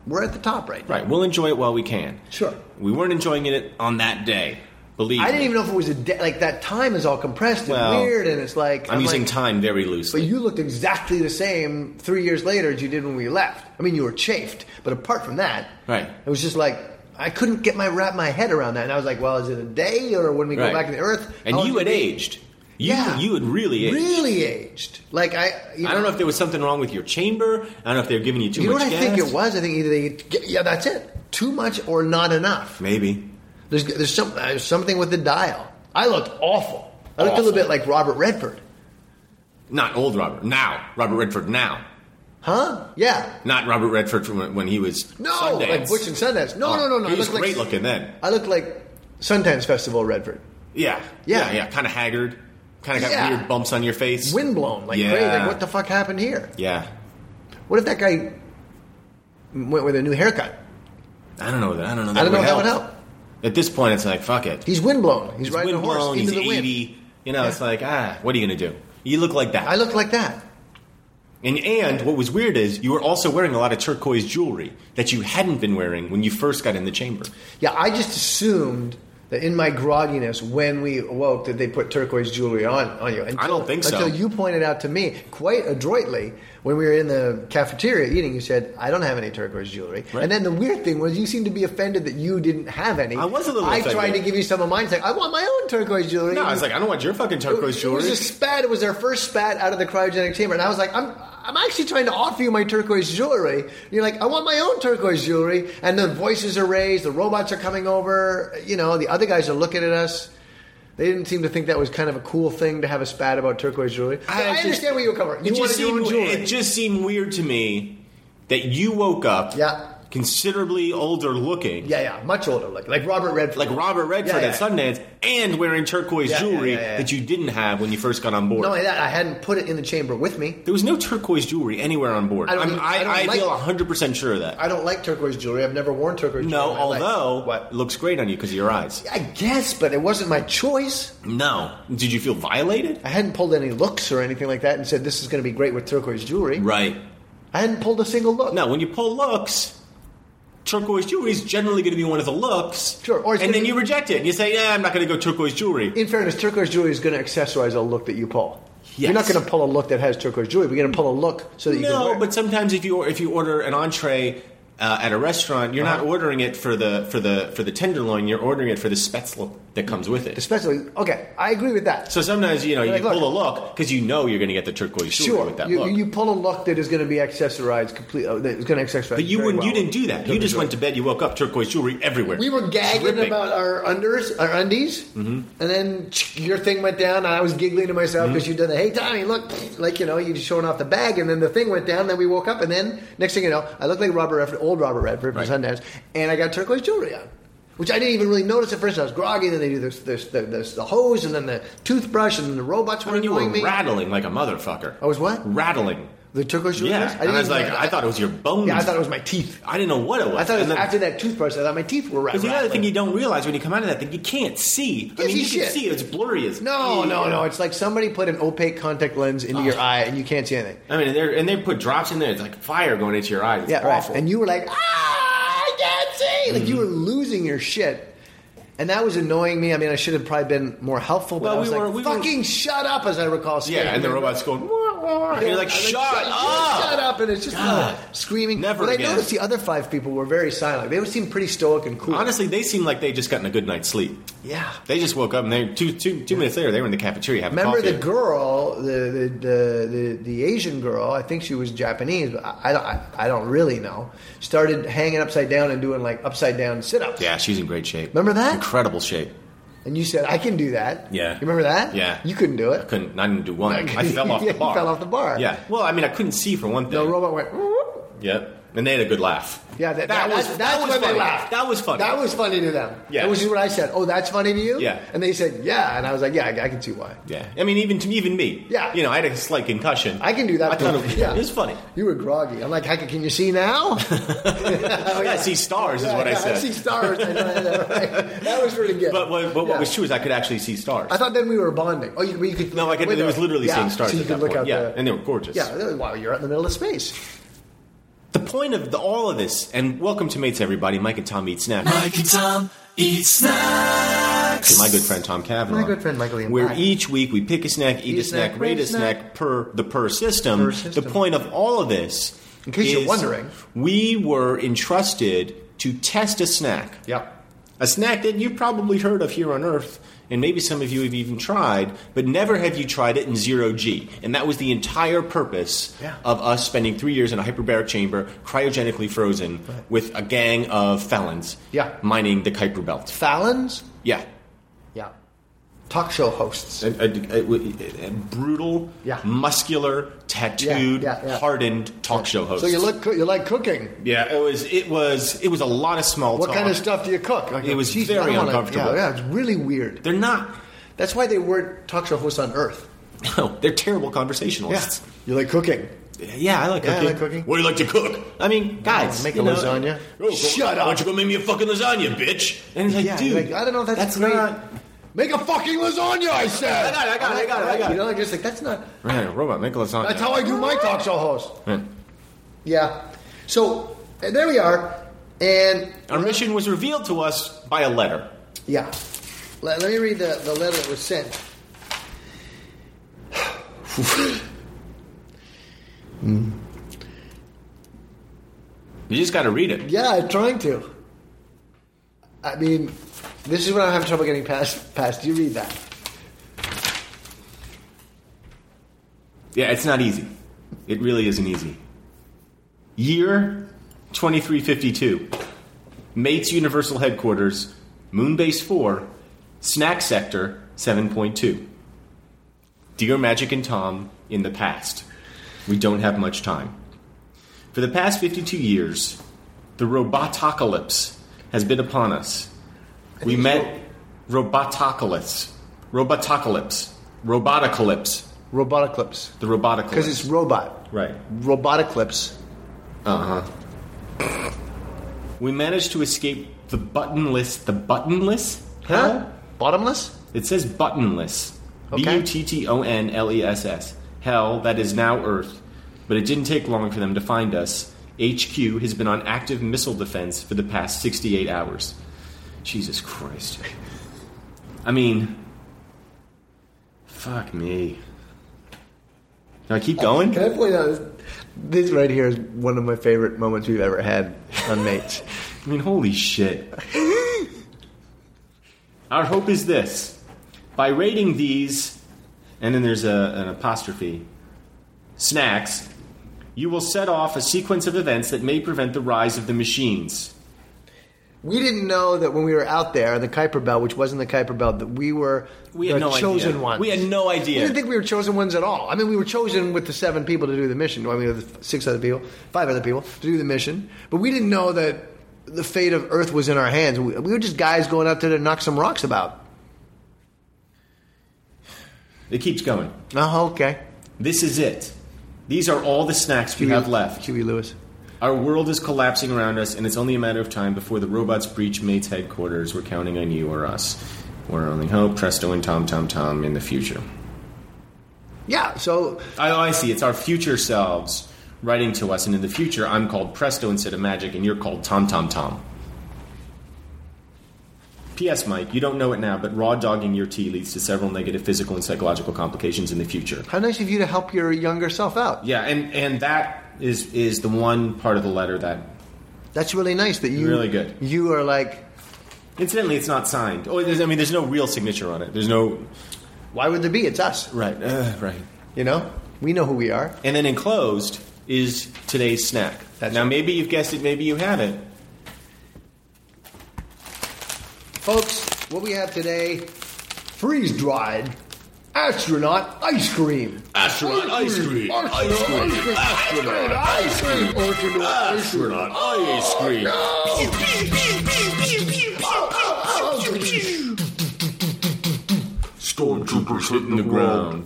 S2: we're at the top right now.
S3: right. We'll enjoy it while we can.
S2: Sure.
S3: We weren't enjoying it on that day. Believe
S2: I didn't
S3: me.
S2: even know if it was a de- like that time is all compressed and
S3: Well,
S2: weird, and it's like
S3: I'm, using
S2: like,
S3: time very
S2: But
S3: loosely.
S2: you looked exactly the same three years later as you did when we left. I mean, you were chafed, but apart from that,
S3: Right.
S2: It was just like I couldn't get my wrap my head around that, and I was like, well, is it a day or when we
S3: Right.
S2: go back to the Earth? Oh,
S3: and
S2: How
S3: you
S2: long
S3: had
S2: did we-
S3: aged. You,
S2: Yeah.
S3: you had really aged.
S2: really aged. Like I, you
S3: I don't know if there was something wrong with your chamber. I don't know if they were giving you too
S2: you know
S3: much
S2: what I
S3: gas.
S2: think it was. I think either they, yeah, that's it, too much or not enough.
S3: Maybe.
S2: There's there's some there's something with the dial. I looked awful. I looked a little
S3: Awful.
S2: bit like Robert Redford,
S3: Not old Robert. Now. Robert Redford now.
S2: huh? Yeah.
S3: Not Robert Redford from when- when he was
S2: No,
S3: Sundance. Oh,
S2: like Butch and Sundance. No, no, no, no.
S3: He
S2: I
S3: was
S2: looked
S3: great
S2: like,
S3: looking then.
S2: I looked like Sundance Festival Redford,
S3: Yeah,
S2: Yeah.
S3: yeah, yeah. Kind of haggard. Kind of got
S2: Yeah.
S3: weird bumps on your face.
S2: windblown, like
S3: Yeah.
S2: crazy. Like what the fuck happened here?
S3: yeah.
S2: What if that guy went with a new haircut?
S3: I don't know. That I don't know. That
S2: I don't know
S3: would
S2: if that would
S3: help.
S2: help.
S3: At this point, it's like fuck it.
S2: He's windblown. He's,
S3: He's
S2: riding a horse
S3: windblown,
S2: into
S3: He's
S2: the wind.
S3: eighty. You know, it's like ah, what are you gonna do? You look like that.
S2: I looked like that.
S3: and and what was weird is you were also wearing a lot of turquoise jewelry that you hadn't been wearing when you first got in the chamber.
S2: Yeah, I just assumed that in my grogginess when we awoke that they put turquoise jewelry on, on you. Until,
S3: I don't think so.
S2: Until you pointed out to me quite adroitly when we were in the cafeteria eating, you said, I don't have any turquoise jewelry.
S3: Right.
S2: And then the weird thing was you seemed to be offended that you didn't have any.
S3: I was a little
S2: I
S3: offended.
S2: tried to give you some of mine. It's like, I want my own turquoise jewelry.
S3: No,
S2: And
S3: I
S2: you-
S3: was like, I don't want your fucking turquoise
S2: It
S3: jewelry.
S2: was a spat. It was their first spat out of the cryogenic chamber, and I was like, "I'm, I'm actually trying to offer you my turquoise jewelry." And you're like, "I want my own turquoise jewelry," and the voices are raised. The robots are coming over. You know, the other guys are looking at us. They didn't seem to think that was kind of a cool thing to have a spat about turquoise jewelry. But I,
S3: just-
S2: understand where you're coming from. You
S3: it,
S2: wanted
S3: just
S2: your own
S3: seemed,
S2: jewelry.
S3: it just seemed weird to me that you woke up
S2: Yeah.
S3: considerably older looking.
S2: yeah, yeah, much older looking, like Robert Redford.
S3: like Robert Redford
S2: Yeah,
S3: at
S2: yeah.
S3: Sundance, and wearing turquoise
S2: Yeah, yeah,
S3: jewelry
S2: yeah, yeah.
S3: that you didn't have when you first got on board.
S2: Not only that, I hadn't put it in the chamber with me.
S3: there was no turquoise jewelry anywhere on board.
S2: I
S3: I,
S2: don't
S3: I'm,
S2: even- I
S3: I,
S2: don't
S3: I,
S2: like-
S3: feel 100 percent sure of that.
S2: I don't like turquoise jewelry. I've never worn turquoise
S3: no,
S2: jewelry. in my life.
S3: although
S2: what?
S3: it looks great on you because of your eyes.
S2: I guess, but it wasn't my choice.
S3: No, did you feel violated?
S2: I hadn't pulled any looks or anything like that and said this is going to be great with turquoise jewelry.
S3: Right.
S2: I hadn't pulled a single look.
S3: No, when you pull looks. Turquoise jewelry is generally going to be one of the looks.
S2: Sure, or it's gonna
S3: and then
S2: be-
S3: you reject it and you say, "Yeah, I'm not going to go turquoise jewelry."
S2: In fairness, turquoise jewelry is going to accessorize a look that you pull. You're
S3: Yes.
S2: not going to pull a look that has turquoise jewelry. We're going to pull a look so that you can
S3: No,
S2: wear it.
S3: but sometimes if you if you order an entree uh, at a restaurant, you're not
S2: Uh-huh.
S3: ordering it for the for the for the tenderloin. You're ordering it for the spätzle that comes with it.
S2: especially okay, I agree with that.
S3: So sometimes you know you
S2: Like, look-
S3: pull a look because you know you're going to get the turquoise jewelry
S2: sure,
S3: with that
S2: you,
S3: look.
S2: you pull a look that is going to be accessorized complete. Uh, that is going to accessorize.
S3: but you
S2: very
S3: wouldn't.
S2: well
S3: you didn't
S2: with
S3: do that. You
S2: turquoise
S3: just went to
S2: jewelry.
S3: bed. You woke up. Turquoise jewelry everywhere.
S2: We were gagging
S3: Dripping.
S2: about our unders, our undies,
S3: Mm-hmm.
S2: and then your thing went down, and I was giggling to myself because you'd done the hey Tommy, look, like you know, you'd shown off the bag, and then the thing went down. Then we woke up, and then next thing you know, I looked like Robert Redford, old Robert Redford from
S3: Right.
S2: Sundance, and I got turquoise jewelry on, which I didn't even really notice at first. I was groggy, then they do this, this, the, this the hose, and then the toothbrush, and then the robots were
S3: I mean, you were
S2: annoying me.
S3: rattling like a motherfucker.
S2: I was what?
S3: Rattling.
S2: The turquoise jewelry.
S3: Yeah,
S2: was?
S3: and I was
S2: even
S3: like,
S2: know-
S3: I thought it was your bones.
S2: Yeah, I thought it was my teeth.
S3: I didn't know what it was.
S2: I thought it was
S3: And then-
S2: after that toothbrush. I thought my teeth were rattling.
S3: Because the other thing you don't realize when you come out of that thing, you can't see. I
S2: Yes,
S3: mean,
S2: you
S3: you can
S2: shit.
S3: see it. It's blurry as
S2: No, no,
S3: Yeah.
S2: no. It's like somebody put an opaque contact lens into your
S3: Ah.
S2: eye and you can't see anything.
S3: I mean, and, they're- and they put drops in there. It's like fire going into your eyes. It's
S2: Yeah,
S3: awful.
S2: right. And you were like, ah, I can't see. Like you were losing your shit. And that was annoying me. I mean, I should have probably been more helpful, but
S3: Well,
S2: I was
S3: we
S2: like,
S3: were- we were-
S2: fucking shut up, as I recall.
S3: yeah, and the
S2: robots.
S3: robot's going. "Wah, You're like, shut up!
S2: Shut up! And it's just uh, screaming.
S3: Never
S2: But
S3: again.
S2: I noticed the other five people were very silent. They would seem pretty stoic and cool.
S3: Honestly, they seem like they just gotten a good night's sleep.
S2: yeah.
S3: They just woke up and they two two two minutes later they were in the cafeteria having
S2: Remember
S3: coffee.
S2: the girl, the the, the the the Asian girl? I think she was Japanese, but I, I don't I, I don't really know. Started hanging upside down and doing like upside down sit ups.
S3: Yeah, she's in great shape.
S2: Remember that?
S3: Incredible shape.
S2: And you said I can do that.
S3: Yeah.
S2: You remember that?
S3: Yeah.
S2: You couldn't do it.
S3: Couldn't. I didn't do one.
S2: No,
S3: I fell
S2: *laughs*
S3: off
S2: yeah,
S3: the
S2: you
S3: bar.
S2: fell off the bar.
S3: Yeah. Well, I mean, I couldn't see for one thing.
S2: The robot went. "Whoop."
S3: Yep. And they had a good laugh.
S2: Yeah, that, that,
S3: was
S2: that's,
S3: that
S2: that's
S3: was
S2: when
S3: funny.
S2: they laughed.
S3: That was funny.
S2: That was funny to them.
S3: Yeah.
S2: Which is what I said. Oh, that's funny to you?
S3: Yeah.
S2: And they said, yeah. And I was like, yeah, I, I can see why.
S3: Yeah. I mean, even to even me.
S2: Yeah.
S3: You know, I had a slight concussion.
S2: I can do that
S3: I thought
S2: too.
S3: it,
S2: Yeah.
S3: it was funny.
S2: You were groggy. I'm like, "Heck, can you see
S3: *laughs*
S2: now? *laughs* Oh,
S3: I see stars is
S2: Yeah,
S3: what I
S2: yeah,
S3: said.
S2: see stars. I know, I know, right? That was really good.
S3: But what, but what
S2: Yeah.
S3: was true is I could actually see stars.
S2: I thought then we were bonding. Oh, you, you could.
S3: no, I could.
S2: with
S3: It was
S2: the-
S3: literally
S2: yeah,
S3: seeing stars.
S2: So you
S3: at
S2: could
S3: that
S2: look
S3: point.
S2: out
S3: Yeah,
S2: the-
S3: and they were gorgeous.
S2: Yeah, really, wow, you're out in the middle of space.
S3: The point of the, all of this, and welcome to mates, everybody. Mike and Tom eat snacks.
S4: Mike and Tom eat snacks.
S3: to my good friend Tom Cavanaugh.
S2: My good friend Michael Ian
S3: Where
S2: Black.
S3: each week we pick a snack, eat, a snack, rate a snack, per the per system.
S2: Per system.
S3: The point of all of this,
S2: In case you're
S3: is
S2: wondering.
S3: we were entrusted to test a snack.
S2: Yep.
S3: A snack that you've probably heard of here on Earth, and maybe some of you have even tried, but never have you tried it in zero G. And that was the entire purpose
S2: Yeah.
S3: of us spending three years in a hyperbaric chamber, cryogenically frozen, with a gang of felons
S2: Yeah.
S3: mining the Kuiper Belt.
S2: Fallons.
S3: Yeah.
S2: Yeah. Talk show hosts.
S3: a, a- a- a- a brutal,
S2: Yeah.
S3: muscular, tattooed,
S2: Yeah, yeah, yeah.
S3: hardened talk show host.
S2: So you look. You like cooking.
S3: Yeah, it was. It was. It was a lot of small
S2: What
S3: talk.
S2: kind of stuff do you cook? Like,
S3: It was
S2: "Geez,
S3: very
S2: I don't wanna-"
S3: uncomfortable.
S2: Yeah, yeah, it's really weird.
S3: They're not. *laughs*
S2: That's why they weren't talk show hosts on Earth.
S3: No, they're terrible
S2: Yeah.
S3: conversationalists.
S2: You like cooking?
S3: Yeah, I like
S2: Yeah, I
S3: cooking.
S2: like cooking.
S3: What do you like to cook? I mean, guys,
S2: make
S3: you
S2: a
S3: know,
S2: lasagna.
S3: Oh, go-
S2: Shut
S3: Why
S2: up.
S3: don't you go make me a fucking lasagna, bitch? And it's like,
S2: Yeah,
S3: dude,
S2: like, I don't know if that's
S3: that's
S2: great.
S3: not.
S2: Make a fucking lasagna, I said.
S3: I got it, I got it, I got it, I got it.
S2: You know, like just like that's not.
S3: Right, robot, make a lasagna.
S2: That's how I do my talk show host.
S3: Man.
S2: Yeah. So and there we are, and
S3: Our mission was revealed to us by a letter.
S2: yeah. Let, let me read the, the letter that was sent.
S3: You just got to read it.
S2: Yeah, I'm trying to. I mean, this is when I have trouble getting past. Past you read that.
S3: Yeah, it's not easy. It really isn't easy. Year 2352. Mates Universal Headquarters, Moonbase 4, Snack Sector 7.2. Dear Magic and Tom, in the past, we don't have much time. For the past 52 years, the robotocalypse has been upon us. We
S2: think
S3: met robotocalypse. Robotocalypse. Robotocalypse.
S2: Roboticlips,
S3: The roboticalypse.
S2: because it's robot.
S3: Right.
S2: Roboticlips.
S3: We managed to escape the buttonless. The buttonless?
S2: Huh? Bottomless?
S3: It says buttonless.
S2: Okay.
S3: B U T T O N L E S S. Hell, that is now Earth. But it didn't take long for them to find us. HQ has been on active missile defense for the past 68 hours. Jesus Christ. I mean, fuck me. Now keep going.
S2: Can I point out this, this right here is one of my favorite moments we've ever had on mates.
S3: I mean, holy shit. Our hope is this by rating these, and then there's a, an apostrophe, snacks, you will set off a sequence of events that may prevent the rise of the machines.
S2: we didn't know that when we were out there on the Kuiper Belt, which wasn't the Kuiper Belt, that we were
S3: We had
S2: the
S3: no
S2: chosen
S3: idea.
S2: ones.
S3: We had no idea.
S2: We didn't think we were chosen ones at all. I mean, we were chosen with the seven people to do the mission. I mean, with the six other people, five other people to do the mission. But we didn't know that the fate of Earth was in our hands. We, we were just guys going out there to knock some rocks about.
S3: It keeps going.
S2: Oh, okay.
S3: This is it. These are all the snacks we
S2: Huey-
S3: have left.
S2: Huey Lewis.
S3: Our world is collapsing around us, and it's only a matter of time before the robots breach mate's headquarters. We're counting on you or us. We're our only hope, Presto and Tom Tom Tom in the future.
S2: Yeah. So
S3: I, I see. It's our future selves writing to us, and in the future, I'm called Presto instead of Magic, and you're called Tom Tom Tom. P.S. Mike, you don't know it now, but raw dogging your tea leads to several negative physical and psychological complications in the future.
S2: How nice of you to help your younger self out.
S3: Yeah, and and that is is the one part of the letter that.
S2: That's really nice that you
S3: Really good.
S2: You are like,
S3: Incidentally, it's not signed. Oh, there's, I mean, there's no real signature on it. There's no
S2: why would there be? It's us.
S3: right, uh, right.
S2: You know, we know who we are.
S3: And then enclosed is today's snack.
S2: That's
S3: now,
S2: right.
S3: maybe you've guessed it, maybe you haven't.
S2: Folks, what we have today freeze dried astronaut ice cream.
S3: Astronaut ice cream. Ice cream. Astronaut ice cream. Astronaut ice cream.
S4: Stormtroopers hitting the ground.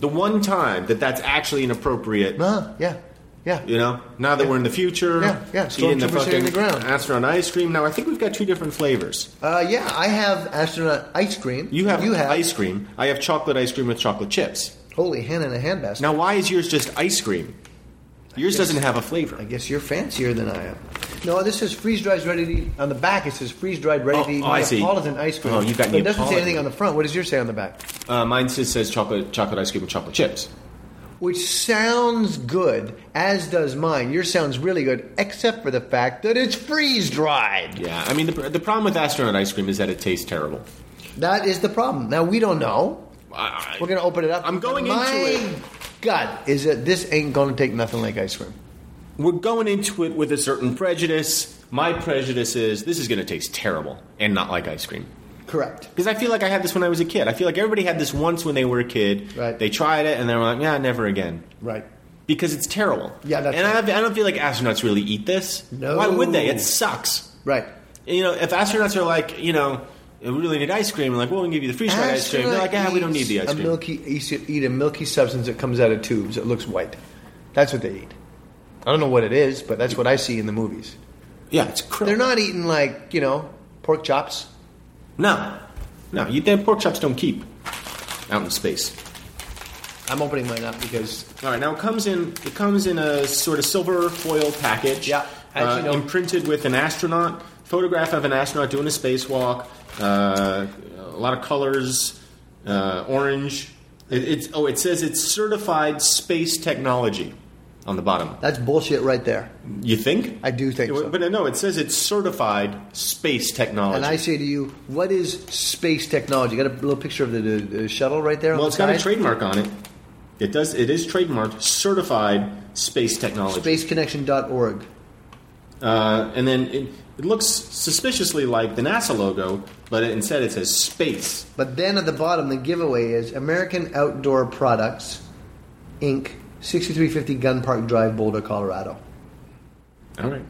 S3: Ground. The one time that that's actually inappropriate.
S2: Uh, yeah, yeah.
S3: You know, now that we're in the future,
S2: Yeah, yeah,
S3: eating the
S2: stormtroopers
S3: fucking
S2: hitting the ground.
S3: astronaut ice cream. Now I think we've got two different flavors.
S2: Uh, yeah, I have astronaut ice cream.
S3: You have
S2: you have
S3: ice cream. I have chocolate ice cream with chocolate chips.
S2: Holy hen in a handbasket.
S3: Now, why is yours just ice cream? Yours doesn't have a flavor.
S2: I guess you're fancier than I am. No, this is freeze dried ready to eat. On the back, it says freeze dried ready to eat
S3: Oh, oh, I see.
S2: Neapolitan ice cream.
S3: Oh, you got
S2: But It doesn't say
S3: Neapolitan.
S2: anything on the front. What does yours say on the back?
S3: Uh, mine just says chocolate, chocolate ice cream with chocolate chips.
S2: Which sounds good, as does mine. Yours sounds really good, except for the fact that it's freeze dried.
S3: Yeah, I mean the, pr- the problem with astronaut ice cream is that it tastes terrible.
S2: That is the problem. Now we don't know.
S3: I- I-
S2: We're going to open it up.
S3: I'm going
S2: My
S3: into it.
S2: God, is that this ain't going to take nothing like ice cream?
S3: We're going into it with a certain prejudice. My prejudice is this is going to taste terrible and not like ice cream.
S2: Correct.
S3: Because I feel like I had this when I was a kid. I feel like everybody had this once when they were a kid.
S2: Right.
S3: They tried it and they were like, yeah, never again.
S2: Right.
S3: Because it's terrible.
S2: Yeah, that's
S3: and
S2: right.
S3: I, I don't feel like astronauts really eat this.
S2: No.
S3: Why would they? It sucks.
S2: Right.
S3: You know, if astronauts are like, you know, we really need ice cream, like, well, we can give you the freeze dried ice cream. They're like, ah, we don't need the ice
S2: a
S3: cream.
S2: Milky, eat eat a milky substance that comes out of tubes. It looks white. That's what they eat. I don't know what it is, but that's what I see in the movies.
S3: Yeah, it's crap.
S2: They're not eating like you know pork chops.
S3: No, no, you damn pork chops don't keep out in space.
S2: I'm opening mine up because
S3: All right, now it comes in. It comes in a sort of silver foil package.
S2: Yeah, as
S3: uh,
S2: you know.
S3: imprinted with an astronaut photograph of an astronaut doing a spacewalk. Uh, a lot of colors, uh, orange. It, it's oh, it says it's certified space technology on the bottom.
S2: that's bullshit right there.
S3: You think?
S2: I do think so.
S3: But no, it says it's certified space technology.
S2: And I say to you, what is space technology? You got a little picture of the, the, the shuttle right there.
S3: Well,
S2: on
S3: it's
S2: the
S3: got a
S2: side?
S3: trademark on it. It does. It is trademarked, certified space technology.
S2: Spaceconnection.org.
S3: Uh, and then it, it looks suspiciously like the NASA logo, but it, instead it says space.
S2: But then at the bottom, the giveaway is American Outdoor Products, Inc., 6350 Gun Park Drive, Boulder, Colorado.
S3: All right.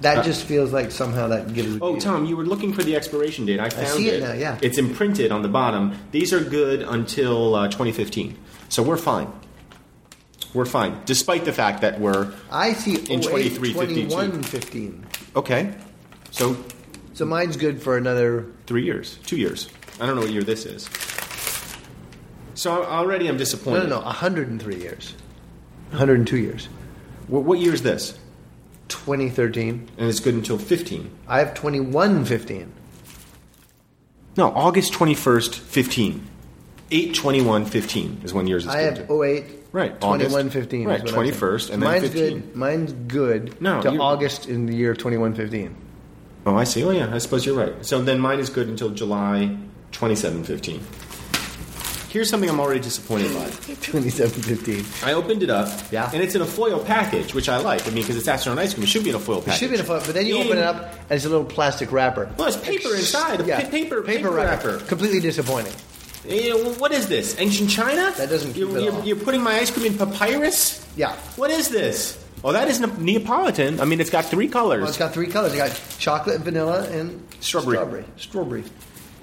S2: That just feels like somehow that gives it.
S3: Uh, Oh, Tom, you were looking for the expiration date. I found
S2: see it now, yeah.
S3: It's imprinted on the bottom. These are good until uh, 2015, so we're fine. We're fine, despite the fact that we're
S2: I see
S3: In
S2: 08,
S3: 2352.
S2: 2115.
S3: okay. So
S2: So mine's good for another.
S3: three years, two years. I don't know what year this is. So already I'm
S2: No,
S3: disappointed.
S2: no, no, 103 years. 102 years.
S3: What, what year is this?
S2: 2013.
S3: And it's good until 15.
S2: I have 2115.
S3: No, August 21st, 15. 8-21-15 is when yours is
S2: I
S3: good.
S2: have 08.
S3: Right, August.
S2: 2115. is
S3: Right,
S2: what I
S3: 21st,
S2: think.
S3: and then
S2: mine's
S3: 15.
S2: good. Mine's good.
S3: No,
S2: to
S3: you're-
S2: August in the year 2115.
S3: oh, I see. Oh, yeah, I suppose you're right. So then mine is good until July 27-15. Here's something I'm already disappointed by.
S2: 2715.
S3: I opened it up,
S2: Yeah.
S3: and it's in a foil package, which I like. I mean, because it's astronaut ice cream, it should be in a foil
S2: It
S3: package.
S2: should be in a fo- but then you open it up and it's a little plastic wrapper.
S3: Well, it's paper inside, a pa- paper- paper wrapper.
S2: Completely disappointing.
S3: Eh, what is this? Ancient China?
S2: That doesn't keep
S3: You're,
S2: it
S3: you're,
S2: all.
S3: you're putting my ice cream in papyrus?
S2: Yeah.
S3: What is this? Oh, that is ne- Neapolitan. I mean, it's got three colors.
S2: Well, it's got three colors. It got chocolate, vanilla, and
S3: Strawberry.
S2: Strawberry. Strawberry.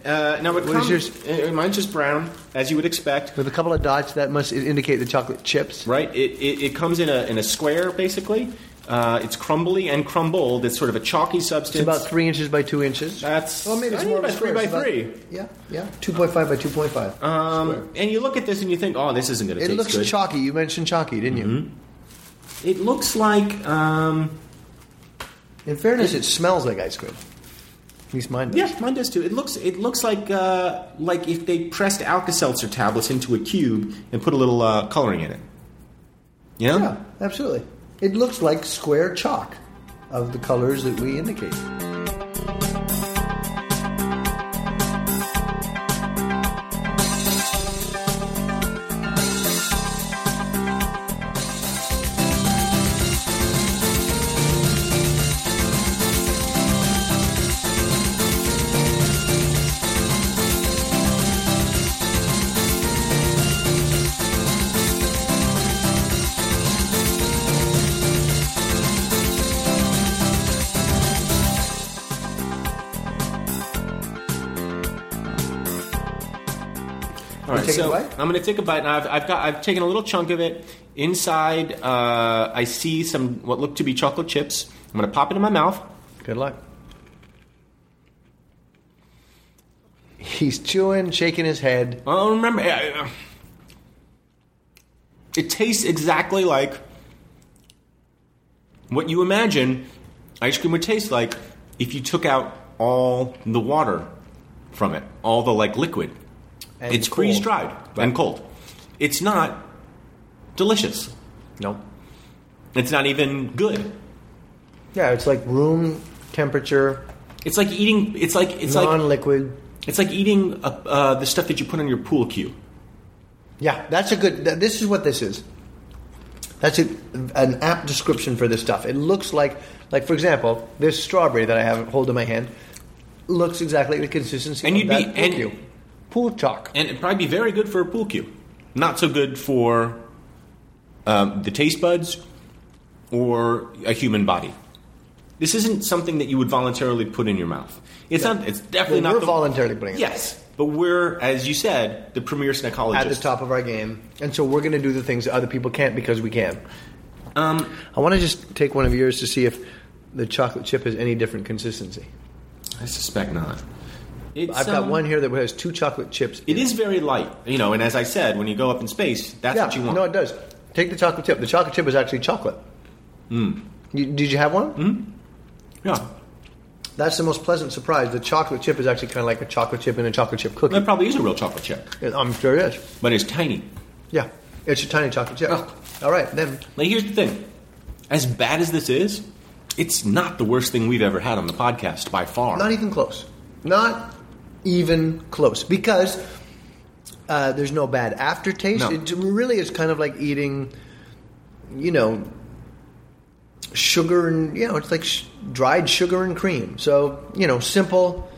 S3: Uh, now it
S2: What
S3: comes.
S2: is
S3: uh, mine's just brown, as you would expect.
S2: With a couple of dots that must indicate the chocolate chips.
S3: Right? It, it, it comes in a in a square, basically. Uh, it's crumbly and crumbled. It's sort of a chalky substance.
S2: It's about three inches by two inches.
S3: That's-
S2: well, maybe it's
S3: I
S2: more
S3: think
S2: of a
S3: about three
S2: square.
S3: by
S2: It's about-
S3: three.
S2: Yeah, yeah, two point five by two point five.
S3: Um, and you look at this and you think, oh, this isn't going to
S2: it
S3: taste
S2: looks
S3: good. Mm-hmm.
S2: chalky. You mentioned chalky, didn't you?
S3: it looks like um,
S2: In fairness, it smells like ice cream. At least mine does.
S3: Yeah, mine does too. It looks it looks like uh, like if they pressed Alka Seltzer tablets into a cube and put a little uh, coloring in it. You know?
S2: Yeah, absolutely. It looks like square chalk of the colors that we indicate.
S3: All right,
S2: take a
S3: so
S2: bite?
S3: I'm going to take a bite. And I've, I've got I've taken a little chunk of it. Inside, uh, I see some what look to be chocolate chips. I'm going to pop it in my mouth.
S2: Good luck. He's chewing, shaking his head.
S3: I don't remember. I- I- It tastes exactly like what you imagine ice cream would taste like if you took out all the water from it, all the like liquid.
S2: And
S3: it's
S2: cold.
S3: freeze dried and cold. It's not delicious.
S2: No.
S3: It's not even good.
S2: Yeah, it's like room temperature,
S3: It's like eating. It's like it's like
S2: non-liquid.
S3: it's like eating uh, uh, the stuff that you put on your pool cue.
S2: yeah, that's a good. th- This is what this is. That's a, an apt description for this stuff. It looks like, like for example, this strawberry that I have hold in my hand looks exactly the consistency.
S3: And
S2: of
S3: you'd be-
S2: that
S3: and-
S2: pool cue. pool chalk.
S3: and it'd probably be very good for a pool cue. Not so good for um, the taste buds or a human body. This isn't something that you would voluntarily put in your mouth. It's not. It's definitely
S2: Well,
S3: not.
S2: we're
S3: the-
S2: voluntarily putting it.
S3: Yes, but we're, as you said, the premier
S2: at
S3: psychologist.
S2: the top of our game, and so we're going to do the things that other people can't because we can. Um, I want to just take one of yours to see if the chocolate chip has any different consistency.
S3: I suspect not. It's,
S2: I've got
S3: um,
S2: one here that has two chocolate chips.
S3: It is very light, you know. And as I said, when you go up in space, that's
S2: yeah,
S3: what you want.
S2: no, it does. Take the chocolate chip. The chocolate chip is actually chocolate.
S3: Hmm.
S2: Mm. You, did you have one?
S3: yeah,
S2: That's the most pleasant surprise. The chocolate chip is actually kind of like a chocolate chip in a chocolate chip cookie.
S3: that probably is a real chocolate chip,
S2: I'm sure it is.
S3: but it's tiny.
S2: Yeah, it's a tiny chocolate chip.
S3: Oh.
S2: All right, then.
S3: Like, here's the thing. As bad as this is, it's not the worst thing we've ever had on the podcast by far.
S2: Not even close. Not even close. Because uh, there's no bad aftertaste.
S3: No.
S2: It really is kind of like eating, you know, sugar and, you know, it's like sh- dried sugar and cream. So, you know, simple,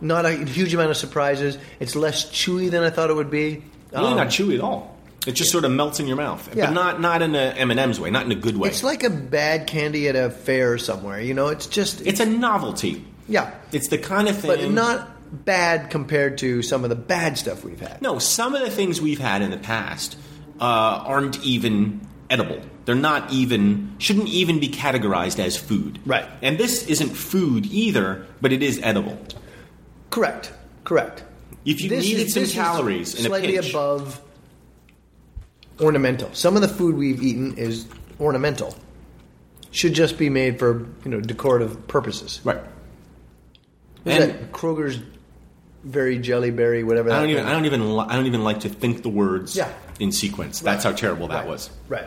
S2: not a huge amount of surprises. It's less chewy than I thought it would be.
S3: really
S2: Um,
S3: not chewy at all. It just sort of melts in your mouth,
S2: Yeah.
S3: but not not in a M and M's way, not in a good way.
S2: It's like a bad candy at a fair somewhere. You know, it's just,
S3: it's a novelty.
S2: yeah.
S3: It's the kind of thing,
S2: But not bad compared to some of the bad stuff we've had.
S3: No, some of the things we've had in the past uh, aren't even edible. They're not even shouldn't even be categorized as food.
S2: Right.
S3: And this isn't food either, but it is edible.
S2: Correct. Correct.
S3: If you
S2: This
S3: needed
S2: is-
S3: some
S2: this is
S3: calories in a
S2: slightly
S3: pinch-
S2: above ornamental. Some of the food we've eaten is ornamental. Should just be made for you know decorative purposes.
S3: Right.
S2: What's
S3: And-
S2: that Kroger's very jelly berry, whatever. That
S3: I don't even.
S2: thing
S3: I don't even. Li- I don't even like to think the words
S2: Yeah.
S3: in sequence. That's how terrible that was.
S2: Right.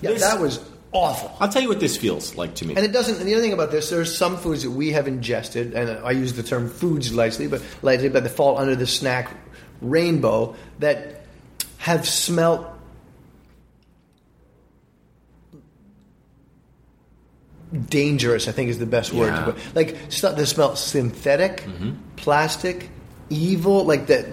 S2: Yeah,
S3: This-
S2: that was awful.
S3: I'll tell you what this feels like to me.
S2: And it doesn't. And the other thing about this, there's some foods that we have ingested, and I use the term foods lightly, but lightly, but they fall under the snack rainbow that have smelt dangerous. I think is the best word.
S3: Yeah. Mm-hmm.
S2: to put. Like stuff that smells synthetic, plastic, evil. Like that.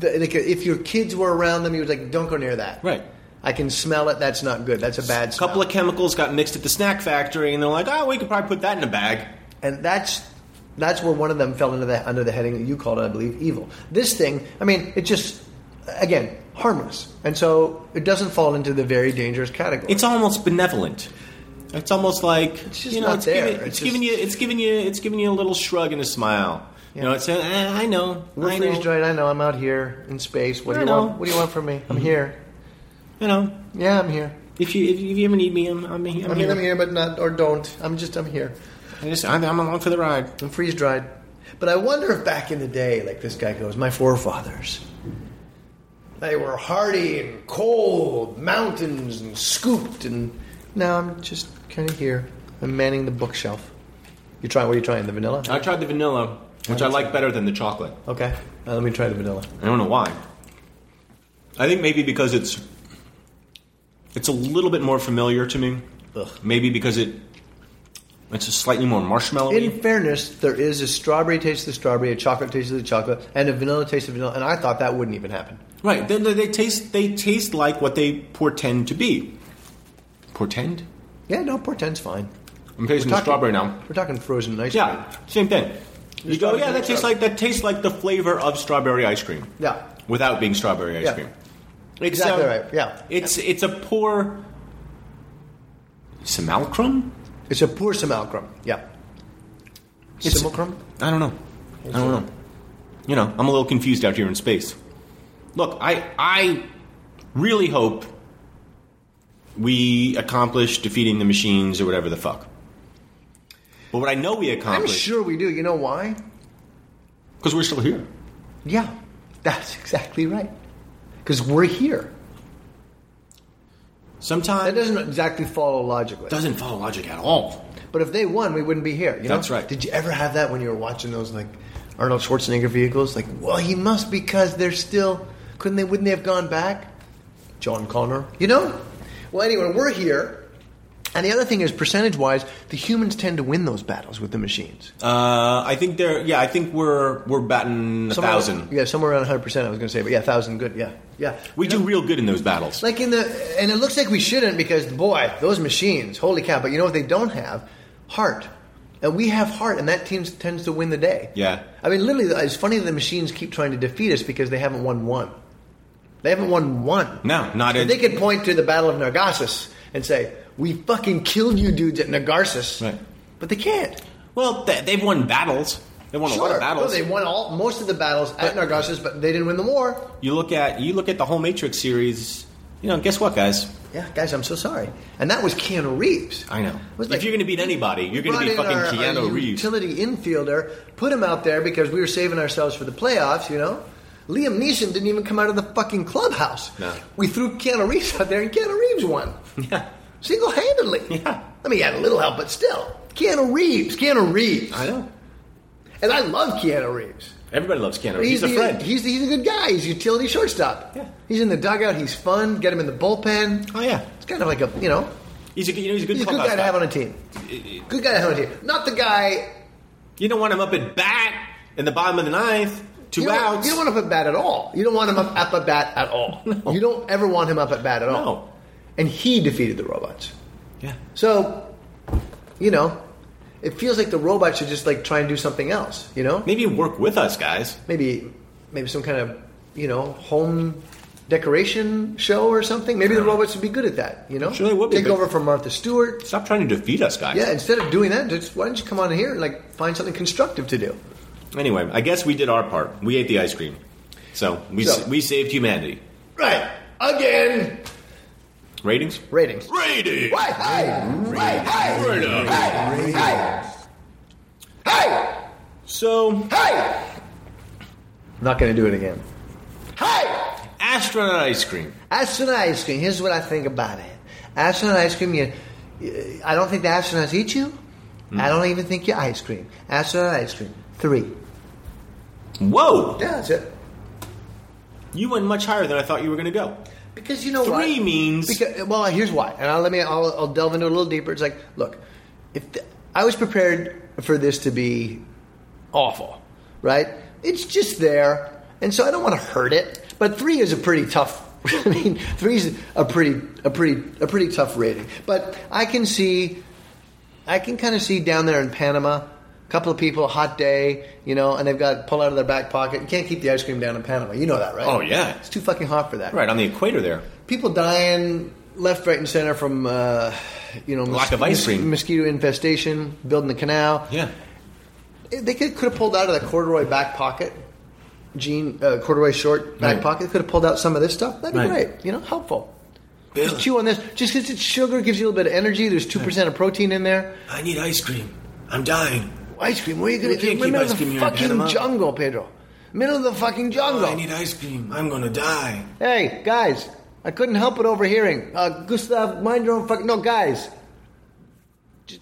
S2: The, like if your kids were around them, you would like don't go near that.
S3: Right.
S2: I can smell it. That's not good. That's a bad.
S3: a couple of chemicals got mixed at the snack factory, and they're like, "Oh, we could probably put that in a bag."
S2: and that's that's where one of them fell into the under the heading that you called it, I believe, evil. This thing, I mean, it just again harmless, and so it doesn't fall into the very dangerous category.
S3: It's almost benevolent. It's almost like
S2: just
S3: you know,
S2: not
S3: it's,
S2: there.
S3: Giving, it's,
S2: It's
S3: giving you,
S2: just-
S3: it's giving you, it's giving you a little shrug and a smile. You know, it's saying, eh, "I know,
S2: we're
S3: I know,
S2: freeze dried. I know I'm out here in space. What do
S3: I
S2: you
S3: know. Mm-hmm.
S2: want? What do you want from me? I'm here.
S3: you know."
S2: Yeah, I'm here.
S3: If you if you ever need me, I'm I'm, I'm,
S2: I'm
S3: here.
S2: here. I'm here, but not or don't. I'm just I'm here.
S3: I just I'm, I'm along for the ride.
S2: I'm freeze dried. But I wonder if back in the day, like this guy goes, my forefathers, they were hardy and cold, mountains and scooped, and now I'm just kind of here. I'm manning the bookshelf. You trying? What are you trying? The vanilla?
S3: I tried the vanilla, which I like better than the chocolate.
S2: Okay. Uh, let me try the vanilla.
S3: I don't know why. I think maybe because it's it's a little bit more familiar to me.
S2: Ugh.
S3: Maybe because it it's a slightly more marshmallowy.
S2: In fairness, there is a strawberry taste of the strawberry, a chocolate taste of the chocolate, and a vanilla taste of vanilla, and I thought that wouldn't even happen.
S3: Right. They, they, they taste they taste like what they portend to be. Portend?
S2: Yeah, no, portent's fine.
S3: I'm tasting the
S2: talking-
S3: strawberry now.
S2: We're talking frozen ice cream.
S3: Yeah, same thing. You go,
S2: strawberry
S3: yeah, that
S2: ice
S3: tastes
S2: cream.
S3: like that tastes like the flavor of strawberry ice cream.
S2: Yeah.
S3: Without being strawberry ice
S2: Yeah.
S3: cream.
S2: Exactly
S3: Except-
S2: right, yeah.
S3: It's it's a poor simulacrum?
S2: It's a poor simulacrum. Yeah.
S3: It's-
S2: simulacrum?
S3: I don't know. I don't know. You know, I'm a little confused out here in space. Look, I I really hope we accomplish defeating the machines or whatever the fuck. But what I know we
S2: I'm
S3: accomplished
S2: sure we do. You know why?
S3: because we're still here.
S2: Yeah, that's exactly right. Because we're here. That
S3: Sometimes it
S2: doesn't exactly follow logically.
S3: doesn't follow logic at all.
S2: But if they won, we wouldn't be here. You know?
S3: That's right.
S2: Did you ever have that when you were watching those like Arnold Schwarzenegger vehicles? Like, well, he must because they're still couldn't they wouldn't they have gone back? John Connor, you know. Well, anyway, we're here. And the other thing is, percentage-wise, the humans tend to win those battles with the machines.
S3: Uh, I think there. Yeah, I think we're we're batting a
S2: Somewhere-
S3: thousand.
S2: Yeah, somewhere around 100%, I was going to say. But yeah, 1,000, good. Yeah, yeah.
S3: We do real good in those battles.
S2: Like in the, and it looks like we shouldn't because boy, those machines, holy cow! But you know what they don't have? Heart. And we have heart, and that team tends to win the day.
S3: Yeah.
S2: I mean, literally, it's funny that the machines keep trying to defeat us because they haven't won one. They haven't won one.
S3: No, not
S2: If
S3: in-
S2: They could point to the Battle of Nargassus and say, "We fucking killed you dudes at Nargassus,"
S3: Right.
S2: but they can't.
S3: well, th- they've won battles. They won a lot
S2: Sure,
S3: of battles.
S2: no, they won all most of the battles at Nargassus, but they didn't win the war.
S3: You look at you look at the whole Matrix series. You know, guess what, guys?
S2: Yeah, guys, I'm so sorry. And that was Keanu Reeves.
S3: I know.
S2: It was
S3: If you're gonna beat anybody,
S2: we
S3: you're gonna
S2: brought
S3: be
S2: in
S3: fucking
S2: our,
S3: Keanu
S2: our
S3: Reeves. *laughs*
S2: Utility infielder, put him out there because we were saving ourselves for the playoffs. You know, Liam Neeson didn't even come out of the fucking clubhouse.
S3: No.
S2: We threw Keanu Reeves out there, and Keanu Reeves
S3: *laughs*
S2: won. Yeah, single-handedly.
S3: Yeah.
S2: I mean, he had a little help, but still, Keanu Reeves, Keanu Reeves.
S3: I know.
S2: And I love Keanu Reeves.
S3: Everybody loves Keanu.
S2: He's,
S3: He's, a
S2: the-
S3: friend.
S2: He's, the- he's a good guy. He's a utility shortstop.
S3: Yeah.
S2: He's in the dugout. He's fun. Get him in the bullpen.
S3: oh yeah,
S2: It's kind of like a you know
S3: he's a you know he's a good,
S2: he's a good
S3: clubhouse
S2: guy to have on a team. Good guy to have on a team. Not the guy.
S3: You don't want him up at bat in the bottom of the ninth, two
S2: You don't,
S3: outs.
S2: you don't want him up at bat at all. You don't want him up, up at bat at
S3: *laughs*
S2: all. You don't ever want him up at bat at all.
S3: No.
S2: And he defeated the robots.
S3: yeah.
S2: So, you know, it feels like the robots should just like try and do something else. You know,
S3: Maybe work with us, guys.
S2: maybe maybe some kind of you know home decoration show or something. Maybe the robots would be good at that. You know,
S3: Sure they would be,
S2: take
S3: but-
S2: over from Martha Stewart.
S3: Stop trying to defeat us, guys.
S2: Yeah, instead of doing that, just why don't you come on here and like find something constructive to do?
S3: Anyway, I guess we did our part. We ate the ice cream, so we
S2: So-
S3: we saved humanity.
S2: Right. Again.
S3: Ratings.
S2: Ratings.
S3: Ratings.
S2: Right. Hey. Right. Hey.
S3: Ratings.
S2: Hey. Hey. Hey.
S3: So,
S2: Hey. Not gonna do it again. Hey.
S3: astronaut ice cream.
S2: Astronaut ice cream. Here's what I think about it. Astronaut ice cream. You, you- I don't think the astronauts eat you. I don't even think you're ice cream. Astronaut ice cream. Three.
S3: Whoa,
S2: Yeah, that's it.
S3: you went much higher than I thought you were going to go.
S2: Because you know what?
S3: Three means-
S2: Because, well, here's why, and I'll let me. I'll, I'll delve into it a little deeper. It's like, look, if the, I was prepared for this to be awful, right? It's just there, and so I don't want to hurt it. But three is a pretty tough. *laughs* I mean, three's a pretty, a pretty, a pretty tough rating. But I can see I can kind of see down there in Panama, a couple of people, hot day, you know, and they've got pull out of their back pocket. You can't keep the ice cream down in Panama. You know that, right?
S3: Oh, yeah.
S2: it's too fucking hot for that.
S3: Right on the equator there.
S2: People dying left, right, and center from uh, you know
S3: Lack of ice cream.
S2: mosquito infestation, building the canal.
S3: Yeah.
S2: They could could have pulled out of that corduroy back pocket, jean uh, corduroy short back
S3: Right.
S2: pocket. Could have pulled out some of this stuff. That'd be
S3: Right.
S2: great. You know, helpful.
S3: Bill,
S2: Chew on this. Just because it's sugar gives you a little bit of energy. There's two percent of protein in there.
S3: I need ice cream. I'm dying.
S2: ice cream. Where are you going
S3: We
S2: to
S3: can't
S2: get?
S3: keep
S2: Middle
S3: ice
S2: of
S3: cream
S2: the
S3: here in
S2: fucking
S3: Panama.
S2: jungle, Pedro. Middle of the fucking jungle.
S3: I need ice cream. I'm gonna die.
S2: hey, guys, I couldn't help it overhearing. Uh, Gustav, mind your own fucking. No, guys, J-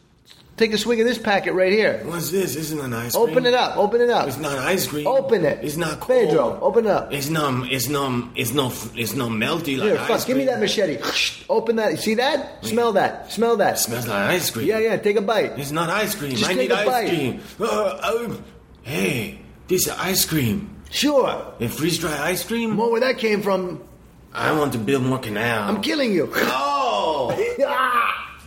S2: take a swig of this packet right here.
S3: What's this? Isn't an ice cream?
S2: Open it up. Open it up.
S3: It's not ice cream.
S2: Open it.
S3: It's not cold.
S2: Pedro, open it up.
S3: It's not. It's not. It's not. It's not melty like
S2: Here,
S3: ice
S2: fuck. Give me
S3: cream.
S2: that machete. Open that. See that? Smell that. Smell that.
S3: Smells like ice cream.
S2: Yeah, yeah. Take a bite.
S3: It's not ice cream.
S2: Just
S3: I
S2: take
S3: need
S2: a
S3: ice
S2: bite.
S3: cream. Uh, oh. hey, this is ice cream.
S2: Sure.
S3: And freeze dry ice cream?
S2: More where that came from.
S3: I want to build more canal.
S2: I'm killing you. *laughs*
S3: Oh!
S2: Ah!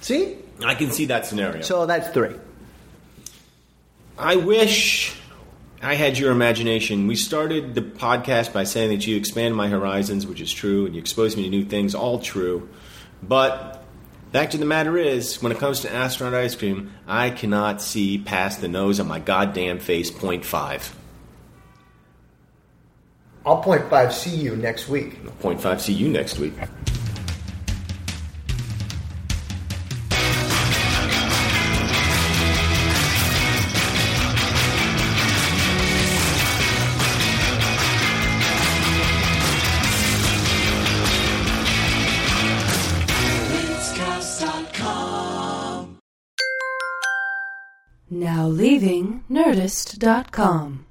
S2: See?
S3: I can see that scenario.
S2: So that's three.
S3: I wish I had your imagination. We started the podcast by saying that you expand my horizons, which is true, and you expose me to new things, all true. But fact of the matter is, when it comes to astronaut ice cream, I cannot see past the nose on my goddamn face. Point five.
S2: I'll point five see you next week.
S3: Point five. See you next week.
S1: Now leaving Nerdist.com.